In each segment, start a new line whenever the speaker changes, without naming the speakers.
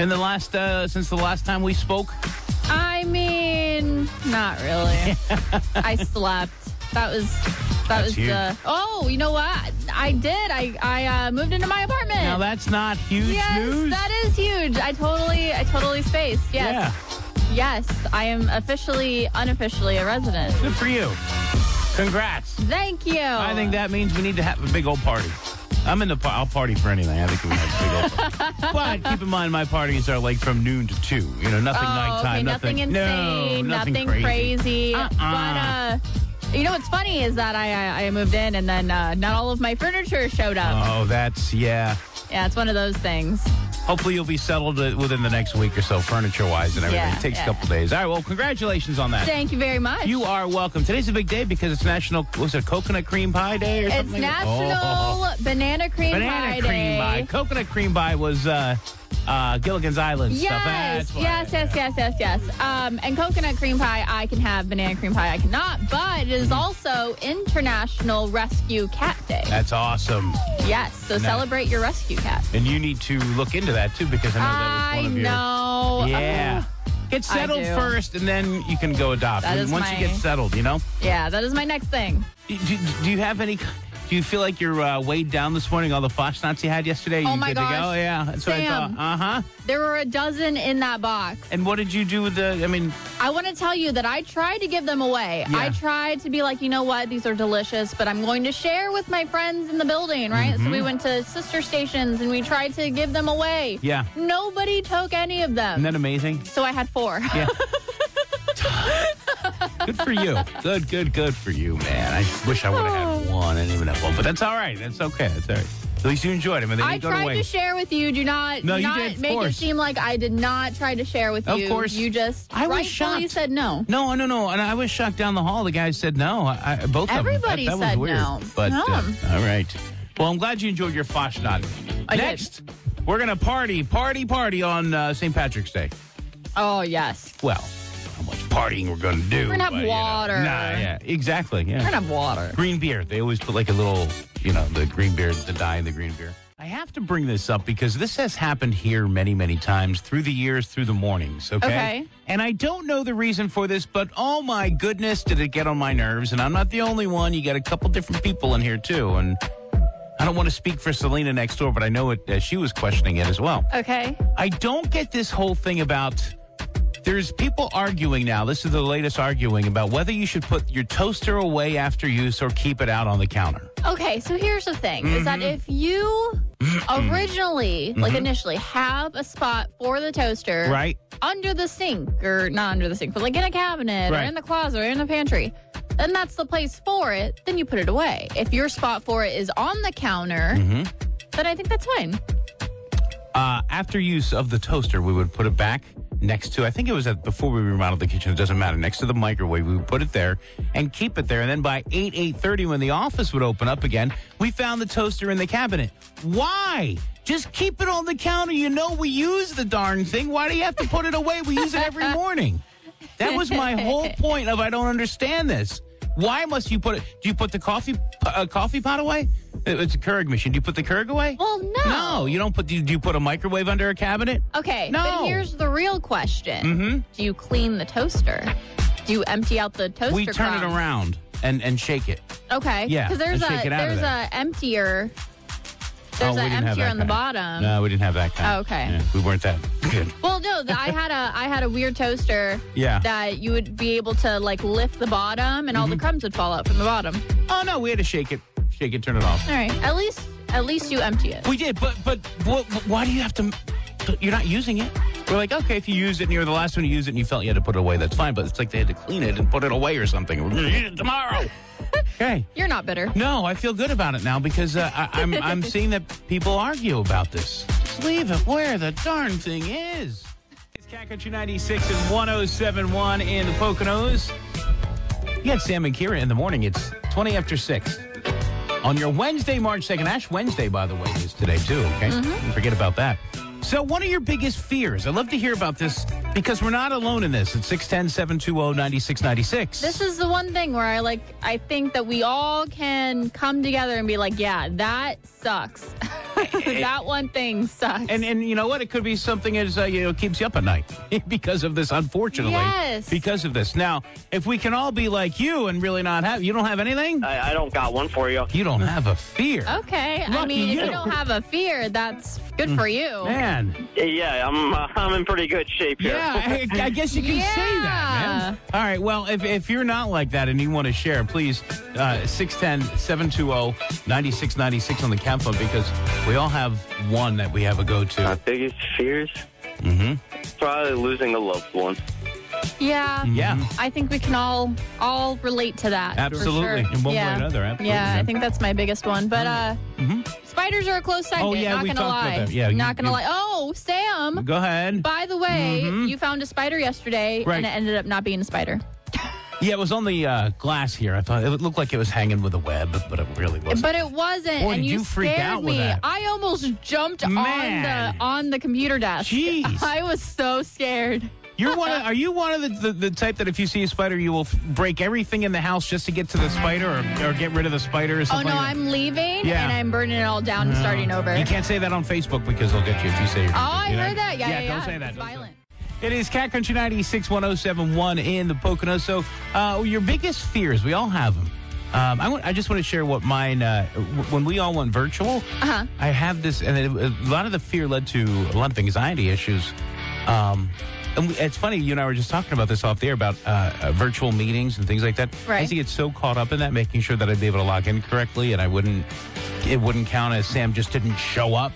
in the last uh, since the last time we spoke?
I mean, not really. I slept. That was that was
huge.
the. Oh, you know what? I did. I I uh, moved into my apartment.
Now that's not huge
yes,
news.
that is huge. I totally I totally spaced.
yeah,
Yes. Yes, I am officially unofficially a resident.
good for you. Congrats.
Thank you.
I think that means we need to have a big old party. I'm in the. Par- I'll party for anything. I think we have a big old. Party. but keep in mind, my parties are like from noon to two. You know, nothing
Oh,
nighttime,
okay, nothing,
no,
insane,
nothing,
crazy.
Uh-uh.
But uh, you know what's funny is that I I, I moved in and then uh, not all of my furniture showed up.
Oh, that's yeah.
yeah, it's one of those things.
Hopefully, you'll be settled uh, within the next week or so, furniture-wise and everything.
Yeah,
it takes
yeah.
a couple days. All right. Well, congratulations on that.
Thank you very much.
You are welcome. Today's a big day because it's National was it Coconut Cream Pie Day or
It's
something? like that?
National
Oh.
Banana Cream
Banana
Pie
Cream
Day.
Pie. Coconut Cream Pie was uh, uh, Gilligan's Island stuff.
Yes,
That's why.
yes, yes, yes, yes, yes. Um, and coconut cream pie, I can have. Banana cream pie, I cannot. But it is
Mm-hmm.
also International Rescue Cat Day.
That's awesome.
Yes, so
Nice.
celebrate your rescue cat.
And you need to look into that too because I know that
I
was one of your.
know. Oh, Uh-huh.
Yeah. Get
I
settled
do.
first, and then you can go adopt.
That is
Once
my-
you get settled, you know.
Yeah, that is my next thing.
Do, do- do you have any? Do you feel like you're uh, weighed down this morning? All the fosh knots you had yesterday.
Oh
you
my
good To go?
gosh.
Yeah, that's
Sam.
what I thought. Uh huh.
There were a dozen in that box.
And what did you do with the? I mean,
I want to tell you that I tried to give them away.
Yeah.
I tried to be like, you know what, these are delicious, but I'm going to share with my friends in the building, right? So we
Mm-hmm.
went to sister stations and we tried to give them away.
Yeah.
Nobody took any of them.
isn't that amazing?
so I had four.
Yeah. good for you. Good, good, good for you, man. I wish I would have
Oh.
had one. I didn't even have one, but that's all right. That's okay. That's all right. At least you enjoyed them, and they
I
didn't go
tried
to
to
waste.
share with you. Do not,
No,
do
you
not
did, of
make it
course.
seem like I did not try to share with
Of
you.
course.
You just
I was
rightfully
shocked.
said no.
no, no, no. And I was shocked down the hall. The guy said no. I, I, both
Everybody
of them. That, that
said
was weird.
no.
But
No.
uh, all right. Well, I'm glad you enjoyed your fosh knot.
I did.
Next, we're gonna party, party, party on uh, St. Patrick's Day.
Oh, yes.
Well, how much partying we're gonna do?
We're gonna have
but, you know,
water.
nah, yeah, exactly. Yeah.
We're going to have water.
green beer. They always put like a little, you know, the green beer, the dye in the green beer. I have to bring this up because this has happened here many, many times through the years, through the mornings. Okay.
Okay.
And I don't know the reason for this, but oh my goodness, did it get on my nerves? And I'm not the only one. You got a couple different people in here too. And I don't want to speak for Selena next door, but I know it. Uh, she was questioning it as well.
Okay.
I don't get this whole thing about there's people arguing now. This is the latest arguing about whether you should put your toaster away after use or keep it out on the counter.
Okay, so here's the thing is that
Mm-hmm.
if you originally, like initially, have a spot for the toaster
Right?
under the sink, or not under the sink, but like in a cabinet
Right.
or in the closet or in the pantry, then that's the place for it, then you put it away. If your spot for it is on the counter,
Mm-hmm.
then I think that's fine.
Uh, after use of the toaster, we would put it back next to, I think it was at, before we remodeled the kitchen, it doesn't matter, next to the microwave. We would put it there and keep it there. And then by 8, 8.30 when the office would open up again, we found the toaster in the cabinet. Why? Just keep it on the counter. You know we use the darn thing. Why do you have to put it away? We use it every morning. That was my whole point of I don't understand this. Why must you put it? Do you put the coffee uh, coffee pot away? It- It's a Keurig machine. Do you put the Keurig away?
Well, no.
No, you don't put. Do you, do you put a microwave under a cabinet?
Okay,
No. Mm-hmm.
but here's the real question Do you clean the toaster? Do you empty out the toaster?
we turn it
crumbs?
around and and shake it.
Okay.
Yeah,
Because there's
and
a
shake it out of
there's
there.
a emptier. There's
oh,
a
we didn't have
emptier
that
on the
kind.
bottom.
No, we didn't have that kind.
Oh, okay.
Yeah, we weren't that good.
Well, no, th- I had a I had a weird toaster.
Yeah.
That you would be able to like lift the bottom, and all
Mm-hmm.
the crumbs would fall out from the bottom.
Oh no, we had to shake it, shake it, turn it off.
All right. At least at least you empty it.
We did, but but what, why do you have to? You're not using it. We're like, okay, if you use it and you were the last one to use it and you felt you had to put it away, that's fine. But it's like they had to clean it and put it away or something. We're gonna use it tomorrow. okay.
You're not bitter.
No, I feel good about it now because uh, I, I'm I'm seeing that people argue about this. leave it where the darn thing is. It's Cat Country 96 and 1071 in the Poconos. You got Sam and Kira in the morning. It's 20 after 6. On your Wednesday, March 2nd, Ash Wednesday, by the way, is today too, okay? Don't Forget about that. So, what are your biggest fears? I'd love to hear about this because we're not alone in this. It's 610 720 9696.
This is the one thing where I like I think that we all can come together and be like, yeah, that sucks. that one thing sucks.
And and you know what? It could be something as uh, you know keeps you up at night because of this. Unfortunately,
Yes.
Because of this. Now, if we can all be like you and really not have, you don't have anything.
I, I don't got one for you.
You don't have a fear.
okay. I
Lucky
mean, if
you. Mm.
you don't have a fear, that's good for you.
Man,
Yeah, I'm uh, I'm in pretty good shape here.
yeah, I, I guess you can say that, man. All right, well, if, if you're not like that and you want to share, please uh, 610 720 9696 on the camp phone because we all have one that we have a go to.
My biggest fears? Mm-hmm. Probably losing a loved one.
Yeah.
yeah.
I think we can all all relate to that. for
Absolutely.
sure.
In one way or another, absolutely,
Yeah, I
man. Mm-hmm.
think that's my biggest one. But uh spiders are a close second,
Oh, yeah,
not
we
gonna
talked about
lie.
that. Yeah, you-
not gonna
you-
lie. Oh, Sam.
Go ahead.
By the way, you found a spider yesterday
Right.
and it ended up not being a spider.
Yeah, it was on the uh, glass here. I thought it looked like it was hanging with a web, but it really wasn't.
But it wasn't
Boy,
and
did
you,
you freak
scared
out
me.
with that.
I almost jumped
Man.
on the on the computer desk.
Jeez.
I was so scared.
You're one. Of, are you one of the, the, the type that if you see a spider, you will f- break everything in the house just to get to the spider or, or get rid of the spider or
Oh
something?
no,
like that?
I'm leaving
Yeah. Uh,
and I'm burning it all down and starting over.
You can't say that on Facebook because they'll get you if you say.
Oh, I heard that. Yeah, yeah,
Don't
yeah.
say that.
It's
Don't say
violent.
that. It is Cat Country 961071 in the Pocono. So, uh, your biggest fears, we all have them. Um, I, want, I just want to share what mine, uh, w- when we all went virtual,
Uh-huh.
I have this, and it, a lot of the fear led to a lot of anxiety issues. Um, and we, it's funny, you and I were just talking about this off the air about uh, uh, virtual meetings and things like that. I
Right.
used to get so caught up in that, making sure that I'd be able to log in correctly, and I wouldn't. It wouldn't count as Sam just didn't show up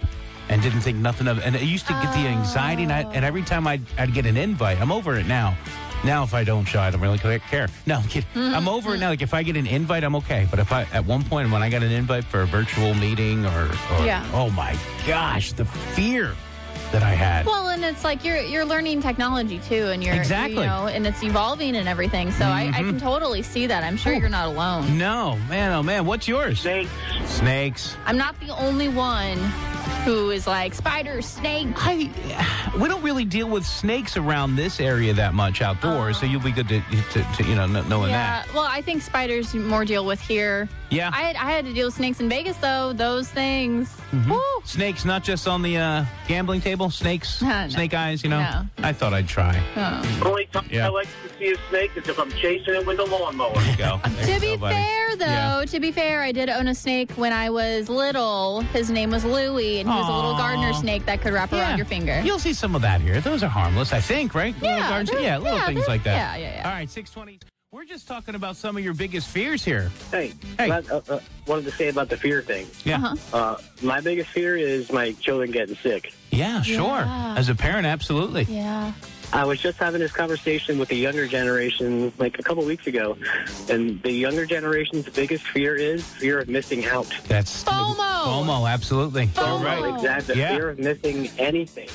and didn't think nothing of. And I used to get the anxiety, and, I, and every time I'd, I'd get an invite, I'm over it now. Now, if I don't show, I don't really care. No, I'm kidding.
Mm-hmm,
I'm over it now. Like if I get an invite, I'm okay. But if I at one point when I got an invite for a virtual meeting or, or
Yeah.
oh my gosh, the fear that I had.
Well, and it's like you're you're learning technology too, and you're
Exactly. Mm-hmm.
you know, and it's evolving and everything. So I, I can totally see that. I'm sure you're not alone.
no, man, oh man, what's yours?
Snakes.
Snakes.
I'm not the only one who is like spider, snake.
I we don't really deal with snakes around this area that much outdoors, so you'll be good to, to, to you know kn- knowing
Yeah. Well, I think spiders you more deal with here.
that. Yeah,
I had I had to deal with snakes in Vegas though. Those things.
Mm-hmm.
Woo.
snakes not just on the uh, gambling table. Snakes,
No, no.
snake eyes. You know,
No.
I thought I'd try.
Oh.
Only time
Yeah.
I like to see a snake is if I'm chasing it with a lawnmower.
Go.
To be fair, though,
Yeah.
to be fair, I did own a snake when I was little. His name was Louie, and he was a little
Aw.
gardener snake that could wrap around your finger.
You'll see some of that here. Those are harmless, I think, right? little
Yeah,
gardens-
they're-
yeah, little
yeah,
things
they're-
like that.
yeah, yeah, yeah.
All right, six twenty. We're just talking about some of your biggest fears here.
hey,
Hey.
That, uh, uh, wanted to say about the fear thing.
Yeah,
Uh-huh.
Uh, my biggest fear is my children getting sick.
yeah, sure.
Yeah.
As a parent, absolutely.
Yeah.
I was just having this conversation with the younger generation like a couple weeks ago, and the younger generation's biggest fear is fear of missing out.
That's
FOMO.
FOMO, absolutely.
FOMO.
You're right.
Exactly.
Oh. Yeah.
Fear of missing anything.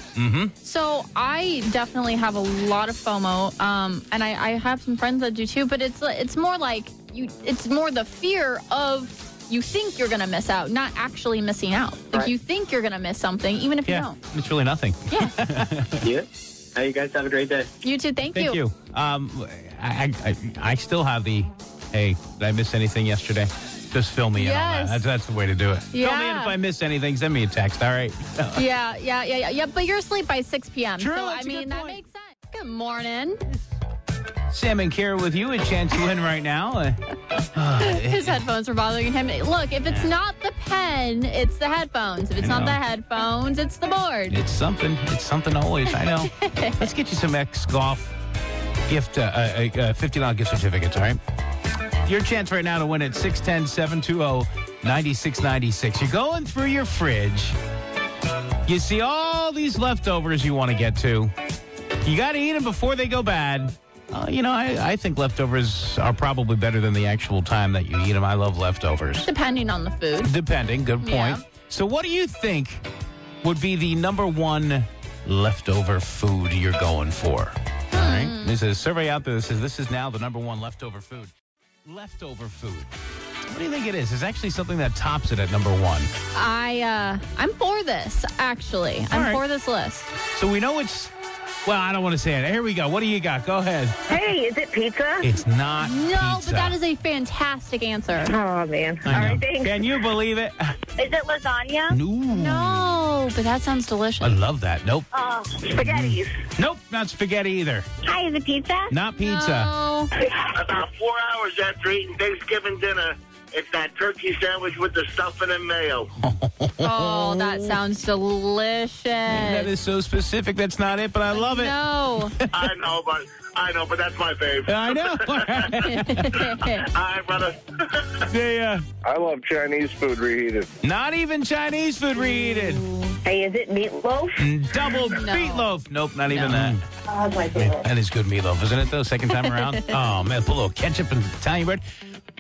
So I definitely have a lot of FOMO, um, and I, I have some friends that do too. But it's it's more like you. It's more the fear of you think you're gonna miss out, not actually missing out. Like
Right.
you think you're gonna miss something, even if
Yeah,
you
it's really nothing.
don't. Yeah.
yeah. Hey, you guys have a great day.
you too. Thank,
Thank you. Um, I, I, I- I still have the, hey, did I miss anything yesterday? Just fill me in on that.
Yes.
That's, that's the way to do it. Fill me in
Yeah.
if I miss anything. Send me a text. All right.
Yeah, yeah, yeah, yeah, yeah. But you're asleep by 6 p.m.
True,
so
that's
I
a good
mean that
point.
makes sense. Good morning.
Sam and Kara with you. A chance to win right now. Uh,
His headphones were bothering him. Look, if it's not the pen, it's the headphones. If it's
I
not
know.
the headphones, it's the board.
It's something. It's something always. I know. Let's get you some X golf gift, uh, uh, uh, fifty dollars gift certificates. All right. Your chance right now to win at 610 720 9696. You're going through your fridge. You see all these leftovers you want to get to. You got to eat them before they go bad. Uh, you know, I, I think leftovers are probably better than the actual time that you eat them. I love leftovers.
Depending on the food.
Depending. Good point.
Yeah.
So, what do you think would be the number one leftover food you're going for? All right.
Hmm.
There's a survey out there that says this is now the number one leftover food. Leftover food. What do you think it is? It's actually something that tops it at number one.
I uh, I'm for this actually. I'm
right.
for this list.
So we know it's. Well, I don't want to say it. Here we go. What do you got? Go ahead.
Hey, is it pizza?
It's not.
No, but that is a fantastic answer.
Oh man. All right, thanks.
Can you believe it?
Is it lasagna?
No.
No, but that sounds delicious.
I love that. Nope.
Oh, spaghetti's.
Nope. Not spaghetti either.
Hi, is it pizza?
Not pizza.
No.
About four hours after eating Thanksgiving dinner, it's that turkey sandwich with the stuffing and mayo.
Oh, that sounds delicious.
That is so specific. That's not it, but I love it.
No.
I know, but I know, but that's my favorite.
I know.
Hi, brother.
They, uh,
I love Chinese food reheated.
not even Chinese food reheated.
Hey, is it meatloaf?
Double meatloaf. Nope, not even that.
Oh my
Man, that is good meatloaf, isn't it, though? Second time around. oh, man, put a little ketchup and Italian bread.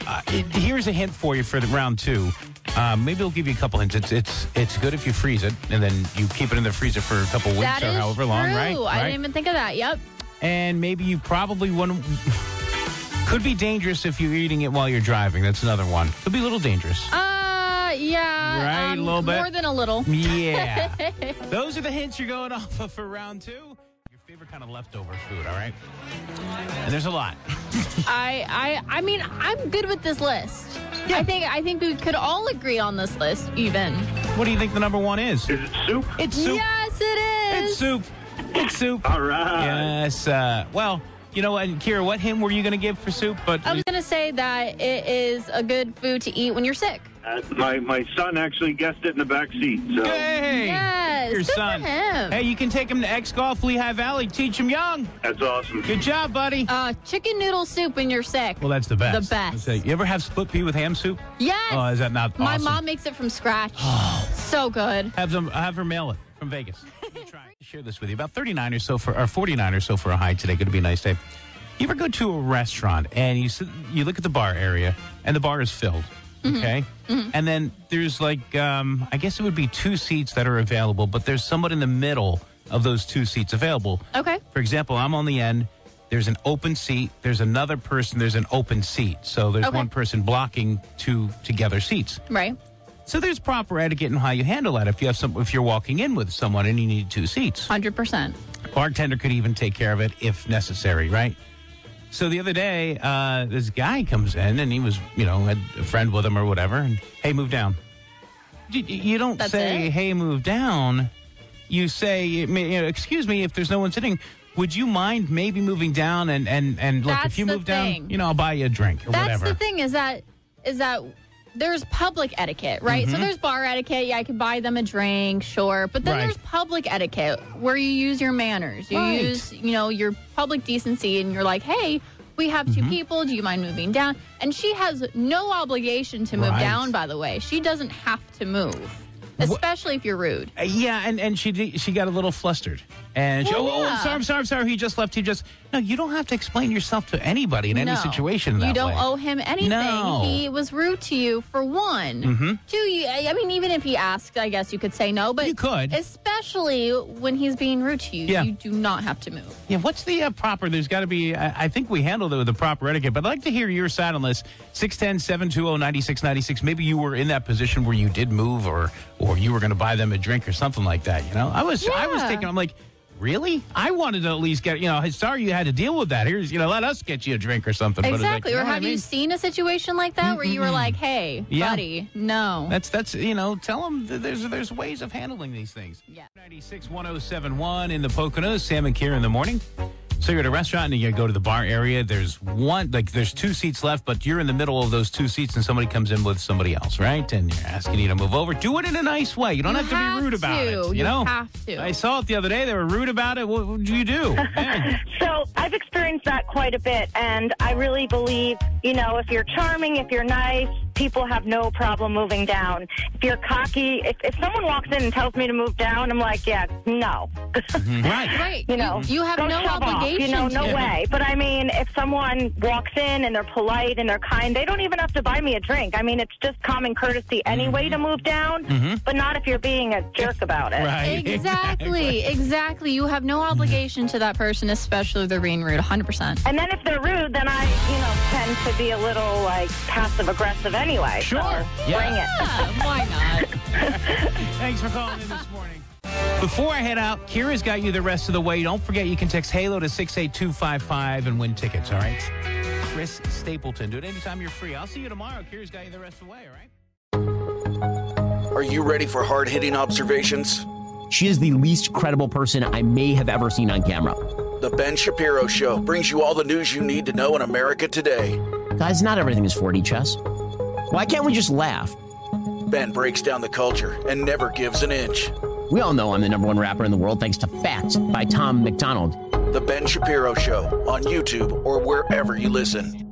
Uh, it- here's a hint for you for the round two. Uh, maybe I'll give you a couple hints. It's it's it's good if you freeze it and then you keep it in the freezer for a couple weeks
That
or
is
however long,
true.
right?
I
Right?
didn't even think of that. Yep.
and maybe you probably wouldn't. Could be dangerous if you're eating it while you're driving. That's another one. Could be a little dangerous.
Uh, yeah.
Right, a little bit.
More than a little.
Yeah. Those are the hints you're going off of for round two. Your favorite kind of leftover food, all right? And there's a lot.
I, I, I mean, I'm good with this list.
Yeah.
I think, I think we could all agree on this list, even.
What do you think the number one is?
Is it soup?
It's soup.
Yes, it is.
It's soup. It's soup.
All right.
Yes. Uh, well, you know what, Kira? What hymn were you going to give for soup? But
I was gonna say that it is a good food to eat when you're sick.
Uh, my my son actually guessed it in the back seat. So
hey,
Yes,
your
good for
son.
him.
Hey, you can take him to X Golf Lehigh Valley. Teach him young.
that's awesome.
Good job, buddy.
Uh, chicken noodle soup when you're sick.
well, that's the best.
The best.
That's it. You ever have split pea with ham soup?
yes.
Oh, is that not
My
awesome? Oh.
mom makes it from scratch. so good.
Have them have her mail it from Vegas. Let me try and share this with you. About 39 or so for or 49 or so for a high today. Going to be a nice day. You ever go to a restaurant and you sit, you look at the bar area and the bar is filled,
Mm-hmm.
okay? And then there's like um, I guess it would be two seats that are available, but there's someone in the middle of those two seats available.
Okay.
For example, I'm on the end. There's an open seat. There's another person. There's an open seat. So there's
Okay.
one person blocking two together seats.
Right.
So there's proper etiquette in how you handle that. If you have some, if you're walking in with someone and you need two seats,
Hundred percent.
bartender could even take care of it if necessary, right? So the other day, uh, this guy comes in and he was, you know, had a friend with him or whatever, and hey, move down. You, you don't
That's
say,
it?
hey, move down. You say, you know, excuse me, if there's no one sitting, would you mind maybe moving down and and and look
That's
if you
the
move
thing.
down, you know, I'll buy you a drink or
That's
whatever.
the thing is that is that there's public etiquette, right?
Mm-hmm.
So there's bar etiquette. Yeah, I could buy them a drink, sure. But then
Right.
there's public etiquette where you use your manners. You
Right.
use, you know, your public decency and you're like, "Hey, we have
Mm-hmm.
2 people. Do you mind moving down?" And she has no obligation to move
Right.
down, by the way. She doesn't have to move. Especially if you're rude.
Uh, Yeah, and, and she did, she got a little flustered, and she,
Well,
oh, oh, I'm
yeah.
sorry, I'm sorry, I'm sorry. He just left. He just no. You don't have to explain yourself to anybody in any
No.
situation. That
You don't
way.
owe him anything.
No. Mm-hmm.
He was rude to you for one. Two, you, I I mean, even if he asked, I guess you could say no, but
You could.
especially when he's being rude to you,
Yeah.
you do not have to move.
Yeah, what's the uh, proper? There's got to be. I, I think we handled it with the proper etiquette, but I'd like to hear your side on this. 610 720 9696. Maybe you were in that position where you did move or or you were going to buy them a drink or something like that. You know, I was I was
Yeah.
thinking, I'm like, really? I wanted to at least get, you know, hey, sorry you had to deal with that. Here's, you know, let us get you a drink or something. But it's like,
exactly.
you
or
know what I
have you
mean?
seen a situation like that where you were like, "Hey,
Yeah.
buddy, no."
That's that's you know, tell them that there's there's ways of handling these things.
Yeah.
96 1071 in the Poconos, Sam and Kira in the morning. So you're at a restaurant and you go to the bar area. There's one like there's two seats left, but you're in the middle of those two seats and somebody comes in with somebody else, right? And you're asking you to move over. Do it in a nice way. You don't
You
have to
have
be rude about
to.
it. You,
You
know?
have to.
I saw it the other day. They were rude about it. What, what do you do? Man.
So I've experienced that quite a bit, and I really believe, you know, if you're charming, if you're nice, people have no problem moving down. If you're cocky, if, if someone walks in and tells me to move down, I'm like, yeah, no.
Right.
Right.
You know,
you, you have
don't
no
shove off,
obligation.
You know, no
to.
way. But I mean, if someone walks in and they're polite and they're kind, they don't even have to buy me a drink. I mean, it's just common courtesy anyway to move down, but not if you're being a jerk about it.
Mm-hmm. Right.
Exactly, exactly. You have no obligation to that person, especially if they're being rude. 100%.
And then if they're rude, then I, you know, tend to be a little like passive aggressive anyway.
Sure.
So
Yeah.
bring it.
Yeah, why not?
Thanks for calling in this morning. Before I head out, Kira's got you the rest of the way. Don't forget you can text Halo to 68255 and win tickets, all right? Chris Stapleton. Do it anytime you're free. I'll see you tomorrow. Kira's got you the rest of the way, all right?
Are you ready for hard hitting observations?
She is the least credible person I may have ever seen on camera.
The Ben Shapiro Show brings you all the news you need to know in America today.
Guys, not everything is 4D chess. Why can't we just laugh?
Ben breaks down the culture and never gives an inch.
We all know I'm the number one rapper in the world thanks to Facts by Tom McDonald.
The Ben Shapiro Show on YouTube or wherever you listen.